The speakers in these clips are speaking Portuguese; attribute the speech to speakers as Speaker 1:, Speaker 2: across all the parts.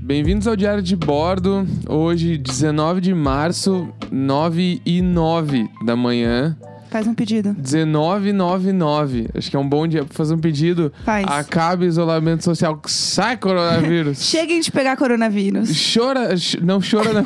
Speaker 1: Bem-vindos ao Diário de Bordo. Hoje, 19 de março, 9 e 9 da manhã.
Speaker 2: Faz um pedido.
Speaker 1: 1999. Acho que é um bom dia pra fazer um pedido.
Speaker 2: Faz.
Speaker 1: Acabe o isolamento social. Sai, coronavírus.
Speaker 2: Cheguem de pegar coronavírus.
Speaker 1: Chora. ch- Não chora, não.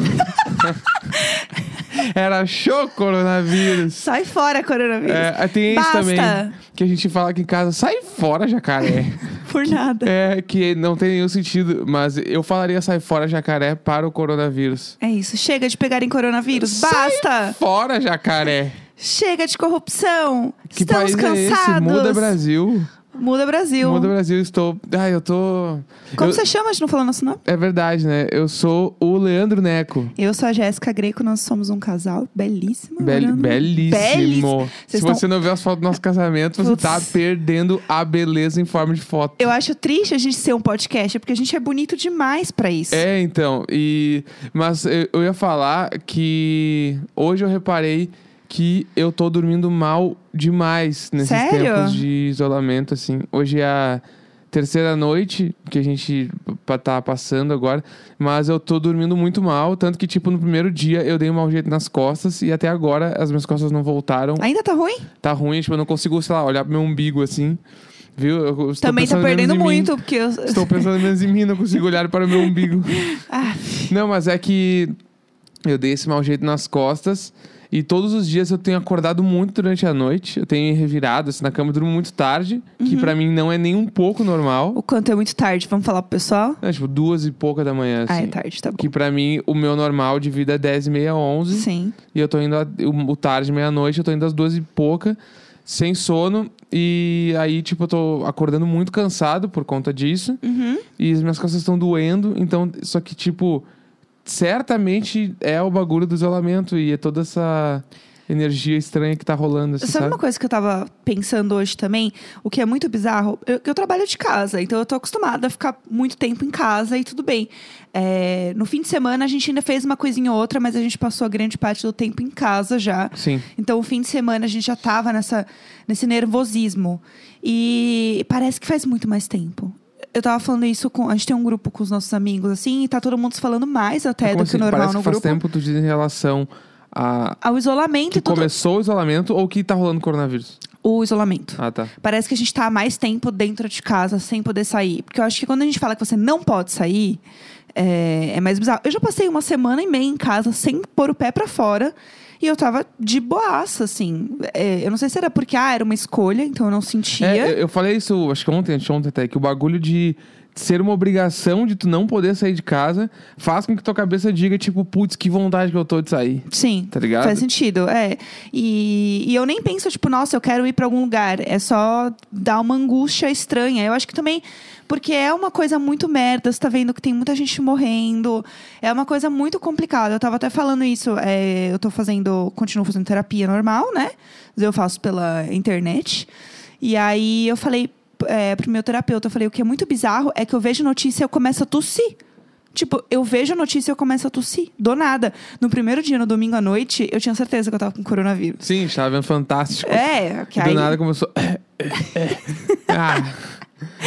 Speaker 1: Era show, coronavírus.
Speaker 2: Sai fora, coronavírus.
Speaker 1: É, tem isso
Speaker 2: Basta.
Speaker 1: também. Que a gente fala aqui em casa, sai fora, jacaré.
Speaker 2: Por nada.
Speaker 1: é, que não tem nenhum sentido, mas eu falaria sai fora, jacaré, para o coronavírus.
Speaker 2: É isso. Chega de pegarem coronavírus. Basta.
Speaker 1: Fora, jacaré.
Speaker 2: Chega de corrupção.
Speaker 1: Que
Speaker 2: Estamos
Speaker 1: país
Speaker 2: cansados.
Speaker 1: é esse? Muda Brasil.
Speaker 2: Muda Brasil.
Speaker 1: Muda Brasil, estou. Ai, eu tô.
Speaker 2: Como
Speaker 1: eu...
Speaker 2: você chama? A gente não falou nosso nome?
Speaker 1: É verdade, né? Eu sou o Leandro Neco.
Speaker 2: Eu sou a Jéssica Greco, nós somos um casal belíssimo.
Speaker 1: Bel
Speaker 2: morando-
Speaker 1: belíssimo.
Speaker 2: Belíssimo.
Speaker 1: Se
Speaker 2: Vocês tão-
Speaker 1: você não vê as fotos do nosso casamento, você
Speaker 2: Putz.
Speaker 1: tá perdendo a beleza em forma de foto.
Speaker 2: Eu acho triste a gente ser um podcast, porque a gente é bonito demais pra isso.
Speaker 1: É, então. E... Mas eu eu ia falar que hoje eu reparei que eu tô dormindo mal demais nesses
Speaker 2: Sério?
Speaker 1: tempos de isolamento, assim. Hoje é a terceira noite que a gente pa- tá passando agora, mas eu tô dormindo muito mal, tanto que, tipo, no primeiro dia eu dei um mau jeito nas costas e até agora as minhas costas não voltaram.
Speaker 2: Ainda tá ruim?
Speaker 1: Tá ruim, tipo, eu não consigo, sei lá, olhar pro meu umbigo, assim. Viu? Eu estou
Speaker 2: Também tá
Speaker 1: pensando menos
Speaker 2: perdendo
Speaker 1: em mim.
Speaker 2: muito, porque eu.
Speaker 1: Estou pensando menos em mim, não consigo olhar para o meu umbigo.
Speaker 2: Ah,
Speaker 1: Não, mas é que eu dei esse mau jeito nas costas. E todos os dias eu tenho acordado muito durante a noite. Eu tenho revirado assim, na cama, eu durmo muito tarde. Que pra mim não é nem um pouco normal.
Speaker 2: o quanto é muito tarde. Vamos falar pro pessoal?
Speaker 1: É, tipo, duas e pouca da manhã, assim.
Speaker 2: Ah, é tarde, tá bom.
Speaker 1: Que pra mim, o meu normal de vida é 10 e meia, 11.
Speaker 2: Sim.
Speaker 1: E eu tô indo a- o o tarde, meia-noite, eu tô indo às duas e pouca, sem sono. E aí, tipo, eu tô acordando muito cansado por conta disso.
Speaker 2: Uhum.
Speaker 1: E as minhas costas estão doendo. Então, só que, tipo, certamente é o bagulho do isolamento e é toda essa energia estranha que tá rolando. Assim,
Speaker 2: Sabe
Speaker 1: sabe?
Speaker 2: uma coisa que eu tava pensando hoje também? O que é muito bizarro? Eu, eu trabalho de casa, então eu tô acostumada a ficar muito tempo em casa e tudo bem. É, no fim de semana a gente ainda fez uma coisinha ou outra, mas a gente passou a grande parte do tempo em casa já.
Speaker 1: Sim.
Speaker 2: Então, o fim de semana a gente já tava nessa, nesse nervosismo. E parece que faz muito mais tempo. Eu tava falando isso com. A gente tem um grupo com os nossos amigos, assim, e tá todo mundo se falando mais até
Speaker 1: Como
Speaker 2: É, do que
Speaker 1: assim?
Speaker 2: o normal
Speaker 1: Parece
Speaker 2: no
Speaker 1: que faz
Speaker 2: grupo.
Speaker 1: tempo tu diz em relação a.
Speaker 2: Ao isolamento
Speaker 1: Que
Speaker 2: e tudo.
Speaker 1: começou o isolamento ou que tá rolando coronavírus?
Speaker 2: O isolamento.
Speaker 1: Ah, tá.
Speaker 2: Parece que a gente tá há mais tempo dentro de casa, sem poder sair. Porque eu acho que quando a gente fala que você não pode sair, é, é mais bizarro. Eu já passei uma semana e meia em casa sem pôr o pé pra fora. E eu tava de boaça, assim. É, eu não sei se era porque, ah, era uma escolha, então eu não sentia.
Speaker 1: É, eu- eu falei isso, acho que ontem, ontem até, que o bagulho de ser uma obrigação de tu não poder sair de casa faz com que tua cabeça diga, tipo, putz, que vontade que eu tô de sair.
Speaker 2: Sim.
Speaker 1: Tá ligado?
Speaker 2: Faz sentido, é. E, e eu nem penso, tipo, nossa, eu quero ir pra algum lugar. É só dar uma angústia estranha. Eu acho que também. Porque é uma coisa muito merda, você tá vendo que tem muita gente morrendo. É uma coisa muito complicada. Eu tava até falando isso. é, eu tô fazendo. Continuo fazendo terapia normal, né? Mas Eu faço pela internet. E aí eu falei é, pro meu terapeuta, eu falei, o que é muito bizarro é que eu vejo notícia e eu começo a tossir. Tipo, eu vejo a notícia e eu começo a tossir. Do nada. No primeiro dia, no domingo à noite, eu tinha certeza que eu tava com coronavírus.
Speaker 1: Sim, a gente tava vendo Fantástico.
Speaker 2: É, que
Speaker 1: E do
Speaker 2: aí...
Speaker 1: nada começou... ah,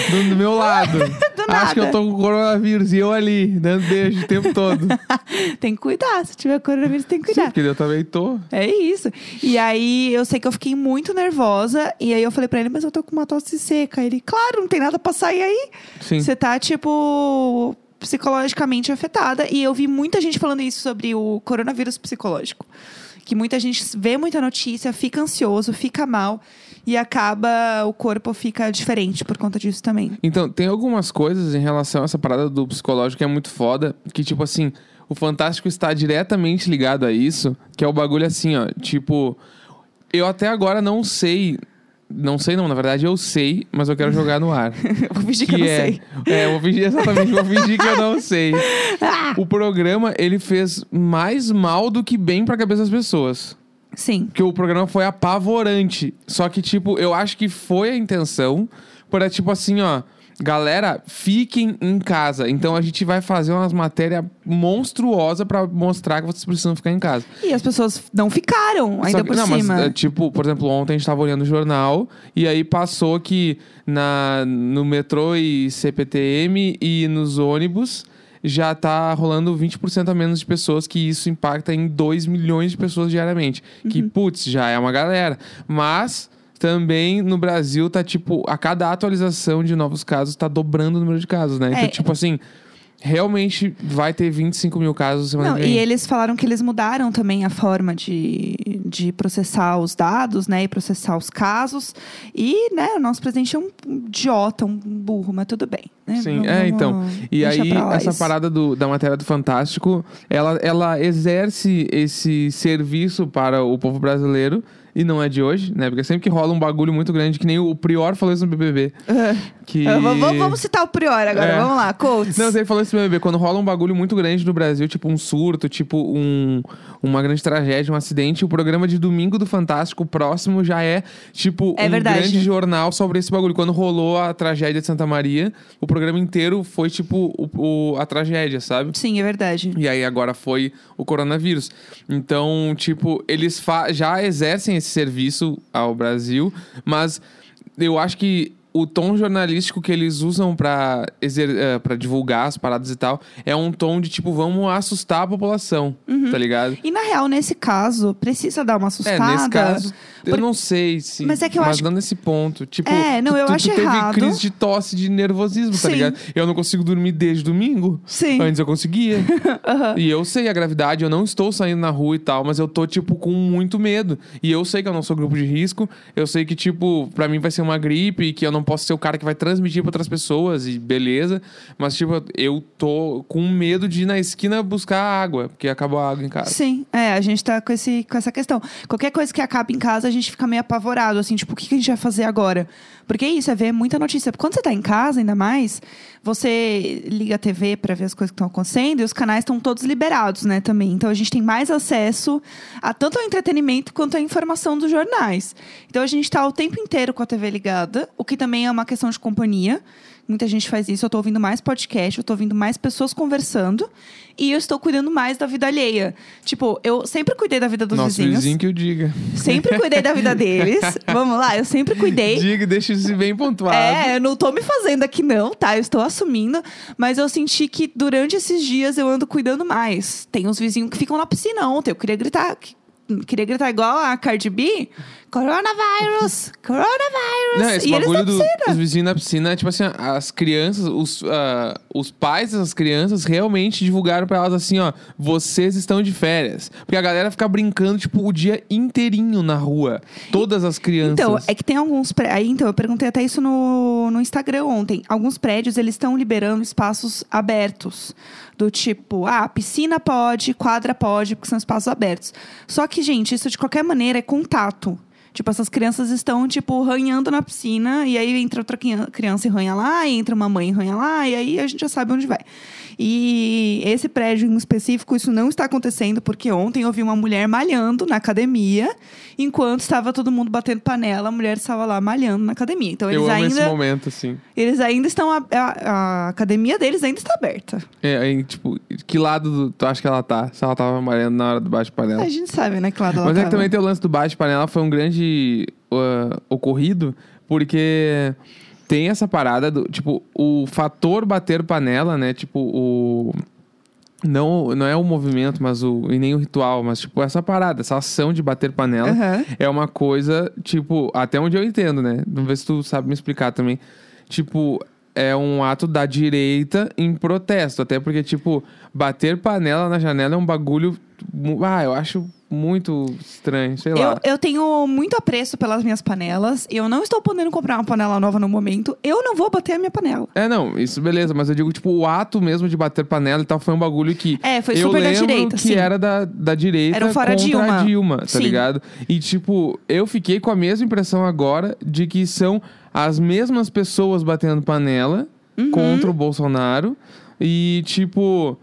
Speaker 1: do, do meu lado. Acho
Speaker 2: nada.
Speaker 1: que eu tô com coronavírus e eu ali, dando beijo o tempo todo.
Speaker 2: tem que cuidar. Se tiver coronavírus, tem que
Speaker 1: Sim,
Speaker 2: cuidar.
Speaker 1: porque eu também tô.
Speaker 2: É isso. E aí eu sei que eu fiquei muito nervosa. E aí eu falei pra ele, mas eu tô com uma tosse seca. Ele, claro, não tem nada pra sair aí.
Speaker 1: Sim.
Speaker 2: Você tá, tipo, psicologicamente afetada. E eu vi muita gente falando isso sobre o coronavírus psicológico. Que muita gente vê muita notícia, fica ansioso, fica mal. E acaba, o corpo fica diferente por conta disso também.
Speaker 1: Então, tem algumas coisas em relação a essa parada do psicológico que é muito foda, que tipo assim, o Fantástico está diretamente ligado a isso, que é o bagulho assim, ó, tipo, eu até agora não sei, não sei não, na verdade eu sei, mas eu quero jogar no ar.
Speaker 2: Vou fingir que, eu não
Speaker 1: é,
Speaker 2: sei.
Speaker 1: É, vou fingir exatamente, vou fingir que eu não sei.
Speaker 2: Ah,
Speaker 1: O programa, ele fez mais mal do que bem pra cabeça das pessoas.
Speaker 2: Sim.
Speaker 1: Porque o programa foi apavorante. Só que, tipo, eu acho que foi a intenção. Para, tipo assim, ó. Galera, fiquem em casa. Então a gente vai fazer umas matérias monstruosas pra mostrar que vocês precisam ficar em casa.
Speaker 2: E as pessoas não ficaram
Speaker 1: Só
Speaker 2: ainda
Speaker 1: que-
Speaker 2: por
Speaker 1: não,
Speaker 2: cima.
Speaker 1: mas, é, tipo, por exemplo, ontem a gente tava olhando o jornal e aí passou que na, no metrô e CPTM e nos ônibus já tá rolando 20% a menos de pessoas, que isso impacta em 2 milhões de pessoas diariamente. Que,
Speaker 2: Uhum.
Speaker 1: putz, já é uma galera. Mas. Também no Brasil tá tipo, a cada atualização de novos casos tá dobrando o número de casos, né?
Speaker 2: É.
Speaker 1: Então, tipo assim, realmente vai ter 25 mil casos semana
Speaker 2: Não,
Speaker 1: que vem.
Speaker 2: e eles falaram que eles mudaram também a forma de, de processar os dados, né? E processar os casos. E, né, o nosso presidente é um idiota, um burro, mas tudo bem. né?
Speaker 1: Sim,
Speaker 2: Vamos-
Speaker 1: é, então.
Speaker 2: vamos
Speaker 1: E
Speaker 2: deixar
Speaker 1: aí,
Speaker 2: pra lá
Speaker 1: essa
Speaker 2: isso.
Speaker 1: parada do- da matéria do Fantástico, ela, ela exerce esse serviço para o povo brasileiro, e não é de hoje, né? Porque sempre que rola um bagulho muito grande, que nem o Prior falou isso no BBB. Que...
Speaker 2: Ah, v- v- Vamos citar o Prior agora,
Speaker 1: É.
Speaker 2: vamos lá, Colts.
Speaker 1: Não, você falou isso no BBB. Quando rola um bagulho muito grande no Brasil, tipo um surto, tipo um, uma grande tragédia, um acidente, o programa de domingo do Fantástico, o próximo, já é tipo
Speaker 2: É
Speaker 1: um
Speaker 2: verdade.
Speaker 1: grande jornal sobre esse bagulho. Quando rolou a tragédia de Santa Maria, o programa inteiro foi tipo o- o- a tragédia, sabe?
Speaker 2: Sim, é verdade.
Speaker 1: E aí agora foi o coronavírus. Então, tipo, eles fa- já exercem esse serviço ao Brasil, mas eu acho que o tom jornalístico que eles usam pra exer- eh, pra divulgar as paradas e tal é um tom de tipo, vamos assustar a população,
Speaker 2: Uhum.
Speaker 1: tá ligado?
Speaker 2: E na real, nesse caso, precisa dar uma assustada.
Speaker 1: É, nesse caso, eu
Speaker 2: Por-
Speaker 1: não sei se.
Speaker 2: Mas é que eu acho-
Speaker 1: não nesse ponto. Tipo,
Speaker 2: É, não,
Speaker 1: tu-
Speaker 2: eu
Speaker 1: tu,
Speaker 2: acho
Speaker 1: tu teve
Speaker 2: errado.
Speaker 1: crise de tosse, de nervosismo,
Speaker 2: Sim.
Speaker 1: tá ligado? Eu não consigo dormir desde domingo.
Speaker 2: Sim.
Speaker 1: Antes eu conseguia.
Speaker 2: Aham.
Speaker 1: E eu sei a gravidade, eu não estou saindo na rua e tal, mas eu tô, tipo, com muito medo. E eu sei que eu não sou grupo de risco, eu sei que, tipo, pra mim vai ser uma gripe, que eu não posso ser o cara que vai transmitir pra outras pessoas e beleza. Mas, tipo, eu tô com medo de ir na esquina buscar água, porque acabou a água em casa.
Speaker 2: Sim, é, a gente tá com, esse, com essa questão. Qualquer coisa que acaba em casa, a gente fica meio apavorado, assim, tipo, o que, que a gente vai fazer agora? Porque é isso, é ver muita notícia. Quando você tá em casa, ainda mais, você liga a TV pra ver as coisas que estão acontecendo e os canais estão todos liberados, né, também. Então a gente tem mais acesso a tanto ao entretenimento quanto à informação dos jornais. Então a gente tá o tempo inteiro com a TV ligada, o que também é uma questão de companhia. Muita gente faz isso. Eu tô ouvindo mais podcast, eu tô ouvindo mais pessoas conversando. E eu estou cuidando mais da vida alheia. Tipo, eu sempre cuidei da vida dos
Speaker 1: Nosso
Speaker 2: vizinhos.
Speaker 1: vizinho que eu diga.
Speaker 2: Sempre cuidei da vida deles. Vamos lá, eu sempre cuidei.
Speaker 1: Diga e deixa isso bem pontuado.
Speaker 2: É, eu não tô me fazendo aqui não, tá? Eu estou assumindo, mas eu senti que durante esses dias eu ando cuidando mais. Tem uns vizinhos que ficam na piscina ontem, eu queria gritar, queria gritar igual a Cardi B, coronavirus, coronavirus.
Speaker 1: Não, esse
Speaker 2: e eles
Speaker 1: bagulho
Speaker 2: na
Speaker 1: do-
Speaker 2: piscina.
Speaker 1: dos vizinhos na piscina, é tipo assim, as crianças, os, ah, os pais dessas crianças realmente divulgaram pra elas assim, ó, vocês estão de férias. Porque a galera fica brincando, tipo, o dia inteirinho na rua. Todas as crianças.
Speaker 2: Então, é que tem alguns pré- aí Então, eu perguntei até isso no, no Instagram ontem. Alguns prédios, eles estão liberando espaços abertos. Do tipo, ah, piscina pode, quadra pode, porque são espaços abertos. Só que, gente, isso de qualquer maneira é contato. Tipo, essas crianças estão, tipo, ranhando na piscina, e aí entra outra quinha- criança e ranha lá, e entra uma mãe e ranha lá, e aí a gente já sabe onde vai. E esse prédio em específico, isso não está acontecendo, porque ontem eu vi uma mulher malhando na academia, enquanto estava todo mundo batendo panela, a mulher estava lá malhando na academia. Então eles
Speaker 1: Eu amo esse
Speaker 2: ainda,
Speaker 1: momento, assim.
Speaker 2: eles ainda estão. A, a- a academia deles ainda está aberta.
Speaker 1: É, aí, tipo, que lado do- tu acha que ela tá? Se ela tava malhando na hora do baixo panela.
Speaker 2: A gente sabe, né, que lado ela
Speaker 1: É. Mas é que
Speaker 2: tava.
Speaker 1: também tem o lance do baixo panela foi um grande ah, ocorrido, porque tem essa parada do, tipo, o fator bater panela, né? Tipo, o não, não é o movimento, mas o e nem o ritual, mas tipo essa parada, essa ação de bater panela
Speaker 2: Aham.
Speaker 1: é uma coisa, tipo, até onde eu entendo, né? Vamos ver se tu sabe me explicar também. Tipo, é um ato da direita em protesto. Até porque, tipo, bater panela na janela é um bagulho. mu- Ah, eu acho muito estranho, sei lá.
Speaker 2: Eu, eu tenho muito apreço pelas minhas panelas. Eu não estou podendo comprar uma panela nova no momento. Eu não vou bater a minha panela.
Speaker 1: É, não, isso beleza, mas eu digo, tipo, o ato mesmo de bater panela e tal foi um bagulho que.
Speaker 2: É, foi
Speaker 1: eu
Speaker 2: super da
Speaker 1: lembro
Speaker 2: direita,
Speaker 1: que
Speaker 2: sim.
Speaker 1: era da, da direita
Speaker 2: Era um fora
Speaker 1: contra
Speaker 2: Dilma.
Speaker 1: a Dilma, tá
Speaker 2: Sim.
Speaker 1: ligado? E, tipo, eu fiquei com a mesma impressão agora de que são as mesmas pessoas batendo panela
Speaker 2: Uhum.
Speaker 1: contra o Bolsonaro. E, tipo,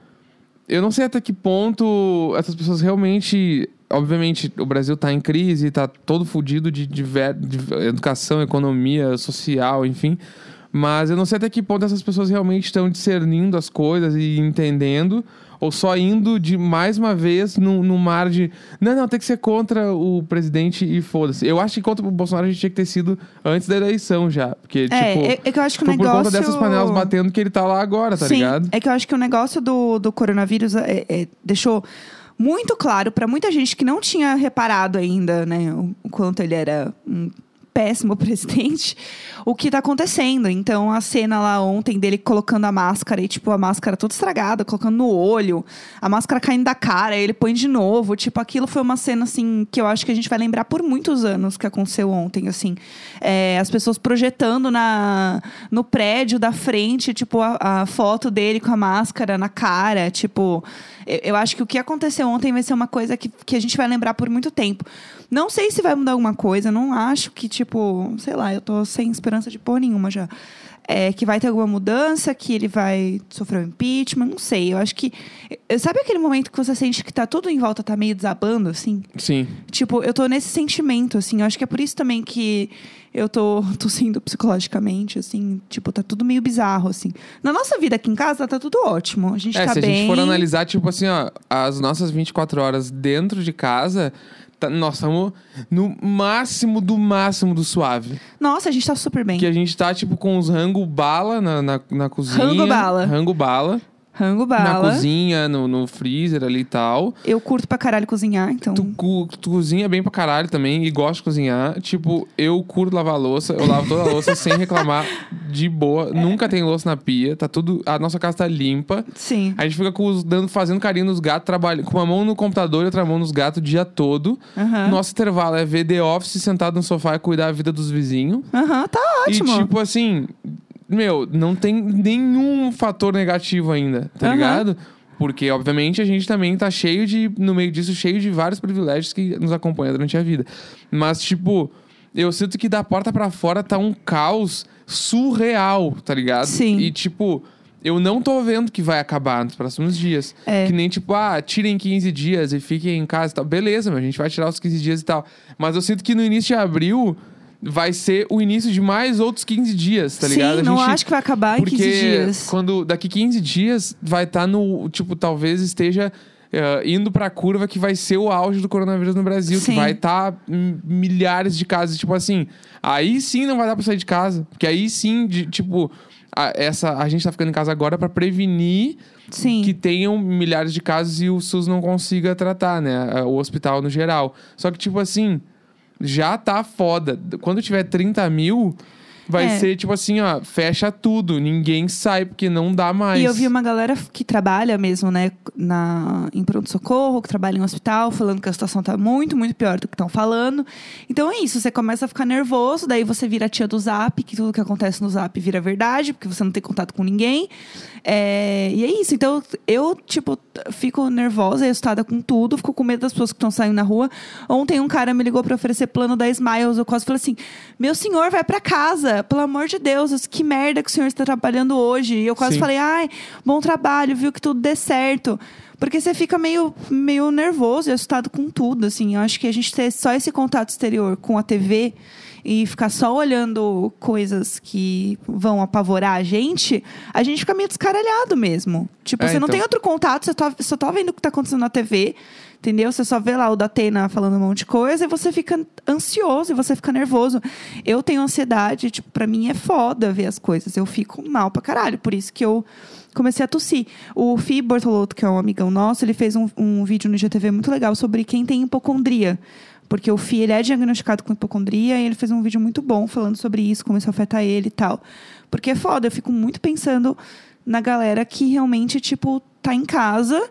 Speaker 1: eu não sei até que ponto essas pessoas realmente. Obviamente, o Brasil tá em crise, tá todo fudido de, diver- de educação, economia, social, enfim. Mas eu não sei até que ponto essas pessoas realmente estão discernindo as coisas e entendendo. Ou só indo de mais uma vez num, num mar de. Não, não, tem que ser contra o presidente e foda-se. Eu acho que contra o Bolsonaro a gente tinha que ter sido antes da eleição já. Porque,
Speaker 2: É,
Speaker 1: tipo,
Speaker 2: é, é que eu acho que o
Speaker 1: foi
Speaker 2: negócio.
Speaker 1: por conta dessas panelas batendo que ele tá lá agora, tá
Speaker 2: Sim,
Speaker 1: ligado?
Speaker 2: É que eu acho que o negócio do, do coronavírus é- é- deixou muito claro para muita gente que não tinha reparado ainda, né, o, o quanto ele era um péssimo presidente, o que tá acontecendo. Então, a cena lá ontem dele colocando a máscara e, tipo, a máscara toda estragada, colocando no olho, a máscara caindo da cara, aí ele põe de novo. Tipo, aquilo foi uma cena, assim, que eu acho que a gente vai lembrar por muitos anos que aconteceu ontem, assim. É, as pessoas projetando na, no prédio da frente, tipo, a, a foto dele com a máscara na cara. Tipo, eu, eu acho que o que aconteceu ontem vai ser uma coisa que, que a gente vai lembrar por muito tempo. Não sei se vai mudar alguma coisa, não acho que, tipo, sei lá, eu tô sem esperança de pôr nenhuma já. É, que vai ter alguma mudança, que ele vai sofrer um impeachment, não sei. Eu acho que. eu- Sabe aquele momento que você sente que tá tudo em volta, tá meio desabando, assim?
Speaker 1: Sim.
Speaker 2: Tipo, eu tô nesse sentimento, assim. Eu acho que é por isso também que eu tô, tô sendo psicologicamente, assim. Tipo, tá tudo meio bizarro, assim. Na nossa vida aqui em casa, tá tudo ótimo. A gente
Speaker 1: É,
Speaker 2: tá
Speaker 1: se
Speaker 2: bem.
Speaker 1: a gente for analisar, tipo assim, ó, as nossas 24 horas dentro de casa, tá- nós estamos no máximo do máximo do suave.
Speaker 2: Nossa, a gente tá super bem.
Speaker 1: Que a gente tá, tipo, com os rango bala na, na, na cozinha.
Speaker 2: Rango bala.
Speaker 1: Rango bala.
Speaker 2: Rango bala.
Speaker 1: Na cozinha, no, no freezer ali e tal.
Speaker 2: Eu curto pra caralho cozinhar, então.
Speaker 1: Tu, cu- tu cozinha bem pra caralho também e gosta de cozinhar. Tipo, eu curto lavar louça, eu lavo toda a louça sem reclamar, de boa. Nunca tem louça na pia, tá tudo. A nossa casa tá limpa.
Speaker 2: Sim.
Speaker 1: A gente fica com os- dando, fazendo carinho nos gatos, trabalhando com uma mão no computador e outra mão nos gatos o dia todo.
Speaker 2: Aham.
Speaker 1: Nosso intervalo é ver The Office sentado no sofá e cuidar da vida dos vizinhos.
Speaker 2: Aham, tá ótimo.
Speaker 1: E tipo assim, meu, não tem nenhum fator negativo ainda, tá
Speaker 2: Aham.
Speaker 1: ligado? Porque, obviamente, a gente também tá cheio de, no meio disso, cheio de vários privilégios que nos acompanham durante a vida. Mas, tipo, eu sinto que da porta pra fora tá um caos surreal, tá ligado?
Speaker 2: Sim.
Speaker 1: E, tipo, eu não tô vendo que vai acabar nos próximos dias.
Speaker 2: É.
Speaker 1: Que nem, tipo, ah, tirem 15 dias e fiquem em casa e tal. Beleza, meu, a gente vai tirar os 15 dias e tal. Mas eu sinto que no início de abril vai ser o início de mais outros 15 dias, tá
Speaker 2: Sim,
Speaker 1: ligado? A
Speaker 2: não
Speaker 1: gente-
Speaker 2: acho que vai acabar em
Speaker 1: porque
Speaker 2: 15 dias.
Speaker 1: quando daqui 15 dias vai estar no, tipo, talvez esteja eh, indo pra curva que vai ser o auge do coronavírus no Brasil,
Speaker 2: Sim.
Speaker 1: que vai estar milhares de casos, tipo assim, aí sim não vai dar pra sair de casa, porque aí sim, de- tipo, a, essa a gente tá ficando em casa agora pra prevenir
Speaker 2: Sim.
Speaker 1: que tenham milhares de casos e o SUS não consiga tratar, né? a- O hospital no geral. Só que, tipo assim, já tá foda. Quando tiver 30 mil, vai
Speaker 2: É.
Speaker 1: ser tipo assim, ó, fecha tudo, ninguém sai, porque não dá mais.
Speaker 2: E eu vi uma galera que trabalha mesmo, né, na, em pronto-socorro, que trabalha em hospital, falando que a situação tá muito, muito pior do que estão falando. Então é isso, você começa a ficar nervoso, daí você vira a tia do zap, que tudo que acontece no zap vira verdade, porque você não tem contato com ninguém. É, e é isso, então eu, tipo, t- fico nervosa, assustada com tudo, fico com medo das pessoas que estão saindo na rua. Ontem um cara me ligou pra oferecer plano da Smiles, eu quase falei assim, meu senhor, vai pra casa, pelo amor de Deus, que merda que o senhor está trabalhando hoje. E eu quase
Speaker 1: Sim.
Speaker 2: falei, falei, ai, bom trabalho, viu que tudo dê certo. Porque você fica meio, meio nervoso e assustado com tudo, assim. Eu acho que a gente ter só esse contato exterior com a TV e ficar só olhando coisas que vão apavorar a gente, a gente fica meio descaralhado mesmo. Tipo,
Speaker 1: É,
Speaker 2: você não
Speaker 1: então.
Speaker 2: tem outro contato, você tá- só tá vendo o que tá acontecendo na TV, entendeu? Você só vê lá o da Atena falando um monte de coisa e você fica ansioso e você fica nervoso. Eu tenho ansiedade, tipo, pra mim é foda ver as coisas. Eu fico mal pra caralho, por isso que eu comecei a tossir. O Fi Bortolotto, que é um amigão nosso, ele fez um, um vídeo no IGTV muito legal sobre quem tem hipocondria. Porque o Fi, ele é diagnosticado com hipocondria e ele fez um vídeo muito bom falando sobre isso, como isso afeta ele e tal. Porque é foda, eu fico muito pensando na galera que realmente, tipo, tá em casa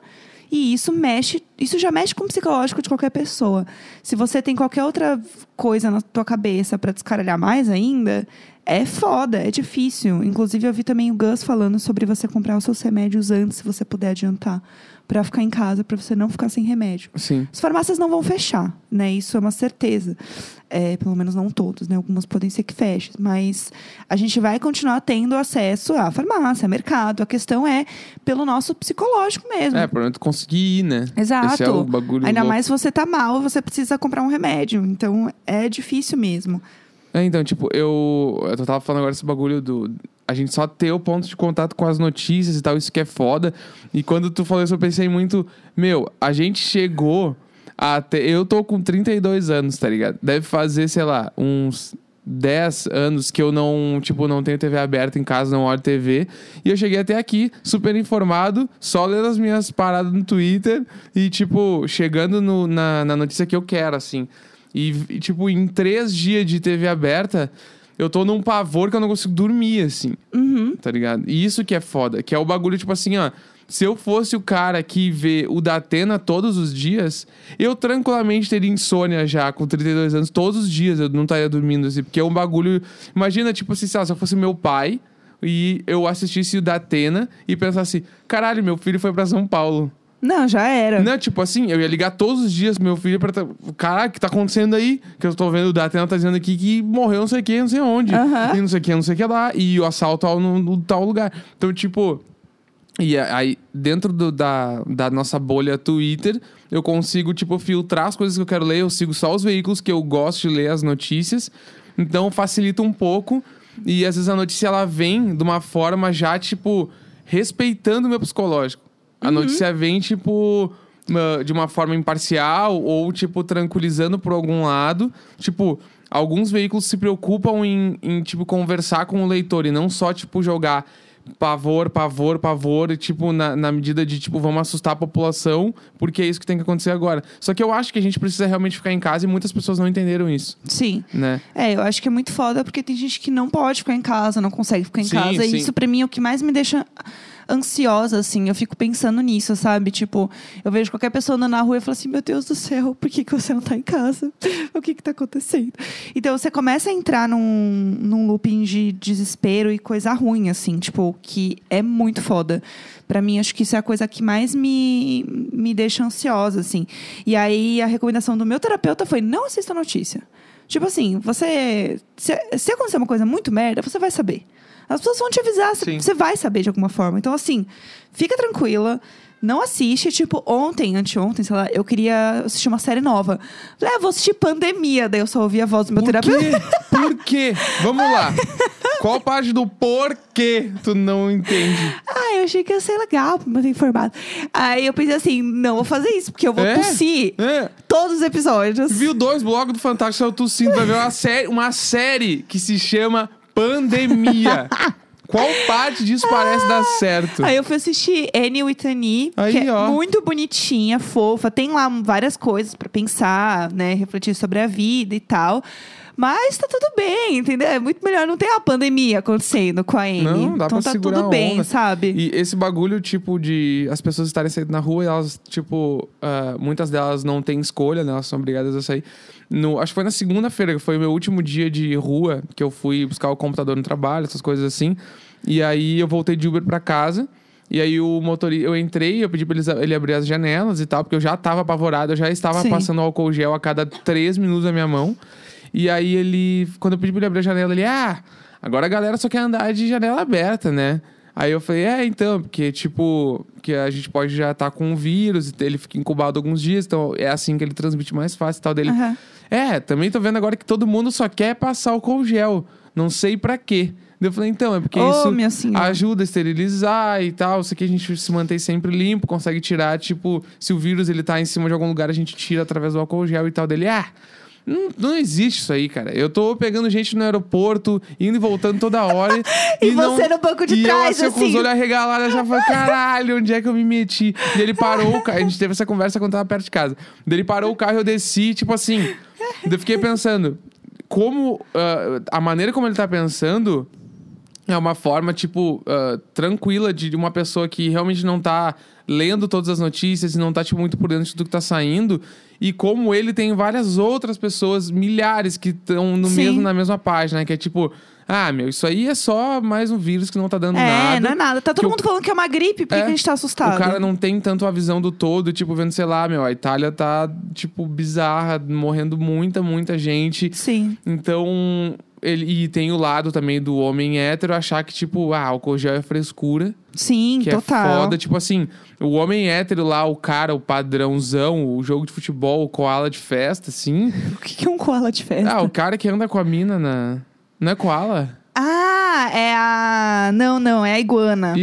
Speaker 2: e isso mexe, isso já mexe com o psicológico de qualquer pessoa. Se você tem qualquer outra coisa na tua cabeça pra descaralhar mais ainda, é foda, é difícil. Inclusive eu vi também o Gus falando sobre você comprar os seus remédios antes, se você puder adiantar, pra ficar em casa, pra você não ficar sem remédio.
Speaker 1: Sim.
Speaker 2: As farmácias não vão fechar, né? Isso é uma certeza. É, pelo menos não todas, né? Algumas podem ser que fechem. Mas a gente vai continuar tendo acesso à farmácia, mercado. A questão é pelo nosso psicológico mesmo.
Speaker 1: É, pelo menos conseguir ir, né?
Speaker 2: Exato.
Speaker 1: Esse é o bagulho.
Speaker 2: Ainda
Speaker 1: louco.
Speaker 2: mais se você tá mal, você precisa comprar um remédio. Então é difícil mesmo.
Speaker 1: É, então, tipo, eu. Eu tava falando agora esse bagulho do. a gente só ter o ponto de contato com as notícias e tal, isso que é foda. E quando tu falou isso, eu pensei muito, meu, a gente chegou até. Eu tô com 32 anos, tá ligado? Deve fazer, sei lá, uns 10 anos que eu não, tipo, não tenho TV aberta em casa, não olho TV. E eu cheguei até aqui, super informado, só lendo as minhas paradas no Twitter e, tipo, chegando no- na, na notícia que eu quero, assim. E, e, tipo, em três dias de TV aberta, eu tô num pavor que eu não consigo dormir, assim. Tá ligado? E isso que é foda, que é o bagulho, tipo assim, ó. Se eu fosse o cara que vê o Datena todos os dias, eu tranquilamente teria insônia já, com 32 anos, todos os dias eu não estaria dormindo, assim, porque é um bagulho. Imagina, tipo assim, sei lá, se eu fosse meu pai e eu assistisse o Datena e pensasse, caralho, meu filho foi pra São Paulo.
Speaker 2: Não, já era.
Speaker 1: Não, tipo assim, eu ia ligar todos os dias pro meu filho pra. Tá... Caraca, o que tá acontecendo aí? Que eu tô vendo o Datena tá dizendo aqui que morreu não sei quem, não sei onde.
Speaker 2: Aham.
Speaker 1: E não sei quem, não sei o que lá. E o assalto ao, no, no tal lugar. Então, tipo. E a- aí, dentro do- da, da nossa bolha Twitter, eu consigo, tipo, filtrar as coisas que eu quero ler. Eu sigo só os veículos que eu gosto de ler as notícias. Então, facilita um pouco. E às vezes a notícia ela vem de uma forma já, tipo, respeitando o meu psicológico. A notícia vem, tipo, uma- de uma forma imparcial ou, tipo, tranquilizando por algum lado. Tipo, alguns veículos se preocupam em, em, tipo, conversar com o leitor e não só, tipo, jogar pavor, pavor, pavor, e, tipo, na, na medida de, tipo, vamos assustar a população, porque é isso que tem que acontecer agora. Só que eu acho que a gente precisa realmente ficar em casa e muitas pessoas não entenderam isso,
Speaker 2: Sim.
Speaker 1: né?
Speaker 2: É, eu acho que é muito foda porque tem gente que não pode ficar em casa, não consegue ficar em
Speaker 1: Sim,
Speaker 2: casa.
Speaker 1: sim.
Speaker 2: E isso pra mim é o que mais me deixa ansiosa, assim. Eu fico pensando nisso, sabe? Tipo, eu vejo qualquer pessoa andando na rua e falo assim: Meu Deus do céu, por que, que você não tá em casa? O que que tá acontecendo? Então você começa a entrar num, num looping de desespero e coisa ruim, assim, tipo, que é muito foda. Pra mim, acho que isso é a coisa que mais me, me deixa ansiosa, assim. E aí a recomendação do meu terapeuta foi: Não assista a notícia. Tipo assim, você. Se, se acontecer uma coisa muito merda, você vai saber. As pessoas vão te avisar, você-
Speaker 1: Sim.
Speaker 2: você vai saber de alguma forma. Então, assim, fica tranquila. Não assiste, tipo, ontem, anteontem, sei lá, eu queria assistir uma série nova. Falei, ah, vou assistir Pandemia, daí eu só ouvi a voz do meu
Speaker 1: Por
Speaker 2: terapeuta.
Speaker 1: quê? Por quê? Vamos lá. Qual parte do porquê tu não entende?
Speaker 2: Ah, eu achei que ia ser legal pra manter informado. Aí eu pensei assim, não vou fazer isso, porque eu vou
Speaker 1: É?
Speaker 2: tossir
Speaker 1: É.
Speaker 2: todos os episódios.
Speaker 1: Viu dois blogs do Fantástico saiu tossindo pra ver uma série, uma série que se chama Pandemia. Qual parte disso parece dar certo?
Speaker 2: Aí eu fui assistir Annie with an E,
Speaker 1: Aí,
Speaker 2: que é
Speaker 1: ó.
Speaker 2: muito bonitinha, fofa. Tem lá várias coisas pra pensar, né? Refletir sobre a vida e tal. Mas tá tudo bem, entendeu? É muito melhor não ter uma pandemia acontecendo com a Annie.
Speaker 1: Não, dá
Speaker 2: então
Speaker 1: pra
Speaker 2: tá
Speaker 1: segurar
Speaker 2: tudo
Speaker 1: a
Speaker 2: bem,
Speaker 1: onda.
Speaker 2: sabe?
Speaker 1: E esse bagulho, tipo, de as pessoas estarem saindo na rua e elas, tipo, ah, muitas delas não têm escolha, né? Elas são obrigadas a sair. No, acho que foi na segunda-feira, que foi o meu último dia de rua, que eu fui buscar o computador no trabalho, essas coisas assim. E aí eu voltei de Uber pra casa. E aí o motorista, eu entrei, eu pedi pra eles- ele abrir as janelas e tal, porque eu já tava apavorado, eu já estava
Speaker 2: Sim.
Speaker 1: passando álcool gel a cada três minutos na minha mão. E aí ele, quando eu pedi pra ele abrir a janela, ele, ah, agora a galera só quer andar de janela aberta, né? Aí eu falei, é, então, porque, tipo, que a gente pode já estar com o vírus, e ele fica incubado alguns dias, então é assim que ele transmite mais fácil e tal dele.
Speaker 2: Aham.
Speaker 1: É, também tô vendo agora que todo mundo só quer passar álcool gel. Não sei pra quê. Daí Eu falei, então, é porque
Speaker 2: Ô,
Speaker 1: isso
Speaker 2: minha senhora.
Speaker 1: ajuda a esterilizar e tal. Isso aqui a gente se mantém sempre limpo, consegue tirar, tipo, se o vírus ele tá em cima de algum lugar, a gente tira através do álcool gel e tal. Dele, ah, não, não existe isso aí, cara. Eu tô pegando gente no aeroporto, indo e voltando toda hora.
Speaker 2: E você no banco de
Speaker 1: e
Speaker 2: trás,
Speaker 1: eu, assim, com os
Speaker 2: assim.
Speaker 1: olhos arregalados, eu já falei, caralho, onde é que eu me meti? E ele parou o carro, a gente teve essa conversa quando tava perto de casa. Daí ele parou o carro, eu desci, tipo assim. Daí eu fiquei pensando, como. ah, a maneira como ele tá pensando é uma forma, tipo, ah, tranquila de de uma pessoa que realmente não tá lendo todas as notícias e não tá, tipo, muito por dentro de tudo que tá saindo. E como ele tem várias outras pessoas, milhares, que estão no
Speaker 2: Sim.
Speaker 1: mesmo, na mesma página, que é tipo, ah, meu, isso aí é só mais um vírus que não tá dando
Speaker 2: é,
Speaker 1: nada.
Speaker 2: não é nada. Tá todo
Speaker 1: Que o-
Speaker 2: mundo falando que é uma gripe, por que
Speaker 1: É.
Speaker 2: que a gente tá assustado?
Speaker 1: O cara não tem tanto a visão do todo, tipo, vendo, sei lá, meu, a Itália tá, tipo, bizarra, morrendo muita, muita gente.
Speaker 2: Sim.
Speaker 1: Então, ele, e tem o lado também do homem hétero achar que, tipo, ah, álcool gel é frescura,
Speaker 2: Sim,
Speaker 1: que
Speaker 2: total.
Speaker 1: é foda. Tipo assim, o homem hétero lá, o cara, o padrãozão, o jogo de futebol, o koala de festa, assim.
Speaker 2: O que que é um koala de festa?
Speaker 1: Ah, o cara que anda com a mina na. Não é koala?
Speaker 2: Ah, Ah, é a. Não, não, é a iguana.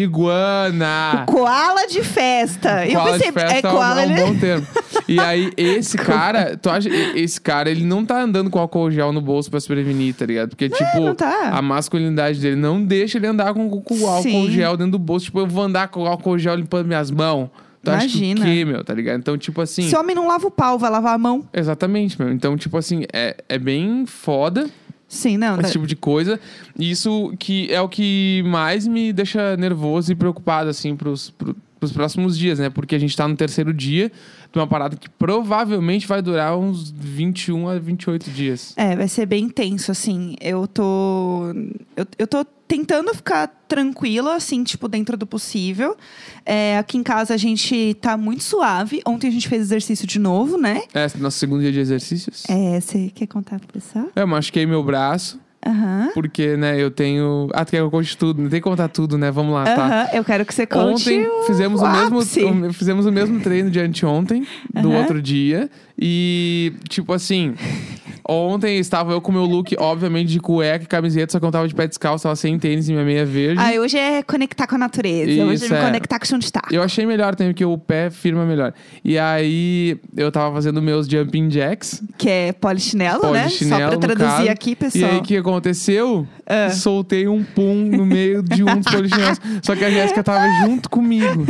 Speaker 1: Iguana!
Speaker 2: Koala de festa. Eu
Speaker 1: Koala de
Speaker 2: pensei,
Speaker 1: festa
Speaker 2: é koala.
Speaker 1: é um,
Speaker 2: ele-
Speaker 1: bom termo. E aí, esse cara, tu acha, e- esse cara, ele não tá andando com álcool gel no bolso pra se prevenir, tá ligado? Porque, tipo,
Speaker 2: não tá.
Speaker 1: a masculinidade dele não deixa ele andar com, com o álcool
Speaker 2: Sim.
Speaker 1: gel dentro do bolso. Tipo, eu vou andar com o álcool gel limpando minhas mãos. Tu acha que o
Speaker 2: Imagina.
Speaker 1: quê, meu? Tá ligado? Então, tipo assim.
Speaker 2: Se homem não lava o pau, vai lavar a mão?
Speaker 1: Exatamente, meu. Então, tipo assim, é, é bem foda
Speaker 2: Sim, né, não.
Speaker 1: esse tipo de coisa. E isso que é o que mais me deixa nervoso e preocupado, assim, pros, pro, pros próximos dias, né? Porque a gente tá no terceiro dia de uma parada que provavelmente vai durar uns 21 a 28 dias.
Speaker 2: É, vai ser bem tenso, assim. Eu tô. Eu, eu tô tentando ficar tranquila, assim, tipo, dentro do possível. É, aqui em casa a gente tá muito suave. Ontem a gente fez exercício de novo, né?
Speaker 1: É, nosso segundo dia de exercícios.
Speaker 2: É, você quer contar pro pessoal?
Speaker 1: Eu machuquei meu braço,
Speaker 2: Aham.
Speaker 1: porque, né, eu tenho. Ah, tu quer que eu conte tudo? Não tem que contar tudo, né? Vamos lá, tá?
Speaker 2: Aham, eu quero que você conte.
Speaker 1: Ontem
Speaker 2: o-
Speaker 1: fizemos o, mesmo,
Speaker 2: ápice.
Speaker 1: o- fizemos o mesmo treino de anteontem, do
Speaker 2: Aham.
Speaker 1: outro dia. E, tipo assim, ontem estava eu com meu look, obviamente, de cueca e camiseta, só que eu tava de pé descalço, tava sem tênis e minha meia verde.
Speaker 2: Ah, hoje é conectar com a natureza. hoje é
Speaker 1: Isso,
Speaker 2: me
Speaker 1: é.
Speaker 2: conectar com o chão de taco.
Speaker 1: Eu achei melhor também, porque o pé firma melhor. E aí, eu tava fazendo meus jumping jacks.
Speaker 2: Que é polichinelo, né?
Speaker 1: Polichinelo,
Speaker 2: Só pra
Speaker 1: no
Speaker 2: traduzir
Speaker 1: caso.
Speaker 2: aqui,
Speaker 1: E
Speaker 2: pessoal.
Speaker 1: aí, o que aconteceu?
Speaker 2: É.
Speaker 1: Soltei um pum no meio de um dos polichinelos. Só que a Jéssica tava junto comigo.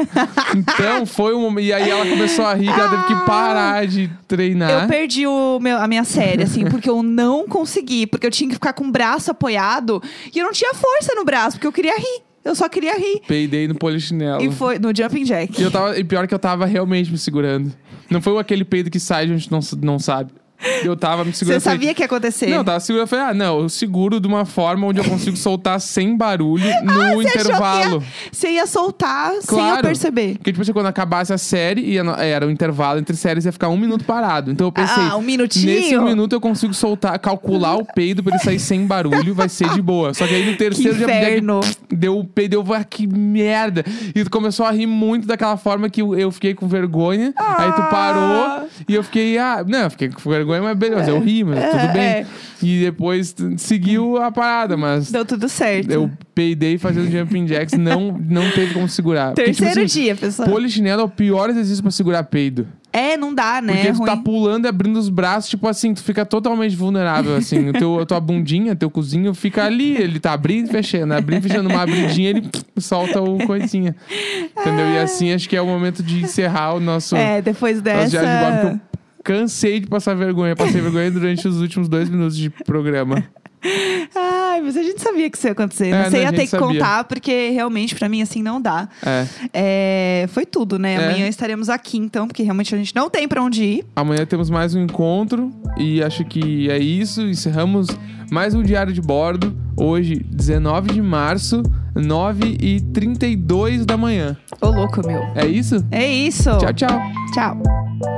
Speaker 1: Então, foi um momento... E aí, ela começou a rir, que ela teve que parar de
Speaker 2: Eu
Speaker 1: treinar.
Speaker 2: perdi o meu- a minha série, assim, porque eu não consegui. Porque eu tinha que ficar com o braço apoiado e eu não tinha força no braço, porque eu queria rir. Eu só queria rir.
Speaker 1: Peidei no polichinelo.
Speaker 2: E foi no jumping
Speaker 1: E,
Speaker 2: jack.
Speaker 1: eu tava, e pior que eu tava realmente me segurando. Não foi aquele peido que sai e a gente não, não sabe. Eu tava me segurando.
Speaker 2: Você
Speaker 1: eu falei,
Speaker 2: sabia que ia acontecer?
Speaker 1: Não, eu tava segurando. Eu falei, ah, não, eu seguro de uma forma onde eu consigo soltar sem barulho no
Speaker 2: Ah, Você achou que ia-
Speaker 1: intervalo.
Speaker 2: Você ia soltar sem eu
Speaker 1: Claro.
Speaker 2: perceber.
Speaker 1: Porque, tipo assim, quando acabasse a série, ia no- era o intervalo entre séries, ia ficar um minuto parado. Então eu pensei.
Speaker 2: Ah, um minutinho?
Speaker 1: Nesse um minuto eu consigo soltar, calcular o peido pra ele sair sem barulho, vai ser de boa. Só que aí no terceiro já
Speaker 2: inferno.
Speaker 1: deu o peido, eu vou, ah, que merda. E tu começou a rir muito daquela forma que eu eu fiquei com vergonha. Aí
Speaker 2: Ah.
Speaker 1: tu parou e eu fiquei, ah, não, eu fiquei com vergonha, mas beleza, eu ri, mas tudo bem.
Speaker 2: é.
Speaker 1: E depois t- seguiu a parada, mas.
Speaker 2: Deu tudo certo.
Speaker 1: Eu peidei fazendo jumping jacks, não, não teve como segurar. Porque, tipo
Speaker 2: Terceiro
Speaker 1: assim,
Speaker 2: dia, pessoal.
Speaker 1: Polichinelo é o pior exercício pra segurar peido.
Speaker 2: É, não dá, né?
Speaker 1: Porque
Speaker 2: É
Speaker 1: tu tá
Speaker 2: ruim.
Speaker 1: pulando e abrindo os braços, tipo assim, tu fica totalmente vulnerável, assim. o teu, a tua bundinha, teu cozinho fica ali, ele tá abrindo e fechando, abrindo e fechando uma abridinha, ele solta o coisinha. Entendeu? E assim, acho que é o momento de encerrar o nosso,
Speaker 2: É, depois
Speaker 1: nosso
Speaker 2: dessa.
Speaker 1: diário Tá de Bob, que eu cansei de passar vergonha. Passei vergonha durante os últimos dois minutos de programa.
Speaker 2: Ai, mas a gente sabia que isso ia acontecer.
Speaker 1: É,
Speaker 2: não sei
Speaker 1: né, a
Speaker 2: ia ter
Speaker 1: gente
Speaker 2: que
Speaker 1: sabia.
Speaker 2: contar, porque realmente, pra mim, assim, não dá.
Speaker 1: É.
Speaker 2: É, foi tudo, né?
Speaker 1: É.
Speaker 2: Amanhã estaremos aqui, então, porque realmente a gente não tem pra onde ir.
Speaker 1: Amanhã temos mais um encontro e acho que é isso. Encerramos mais um Diário de Bordo. Hoje, 19 de março, 9h32 da manhã.
Speaker 2: Ô, louco, meu.
Speaker 1: É isso?
Speaker 2: É isso.
Speaker 1: Tchau, tchau.
Speaker 2: Tchau.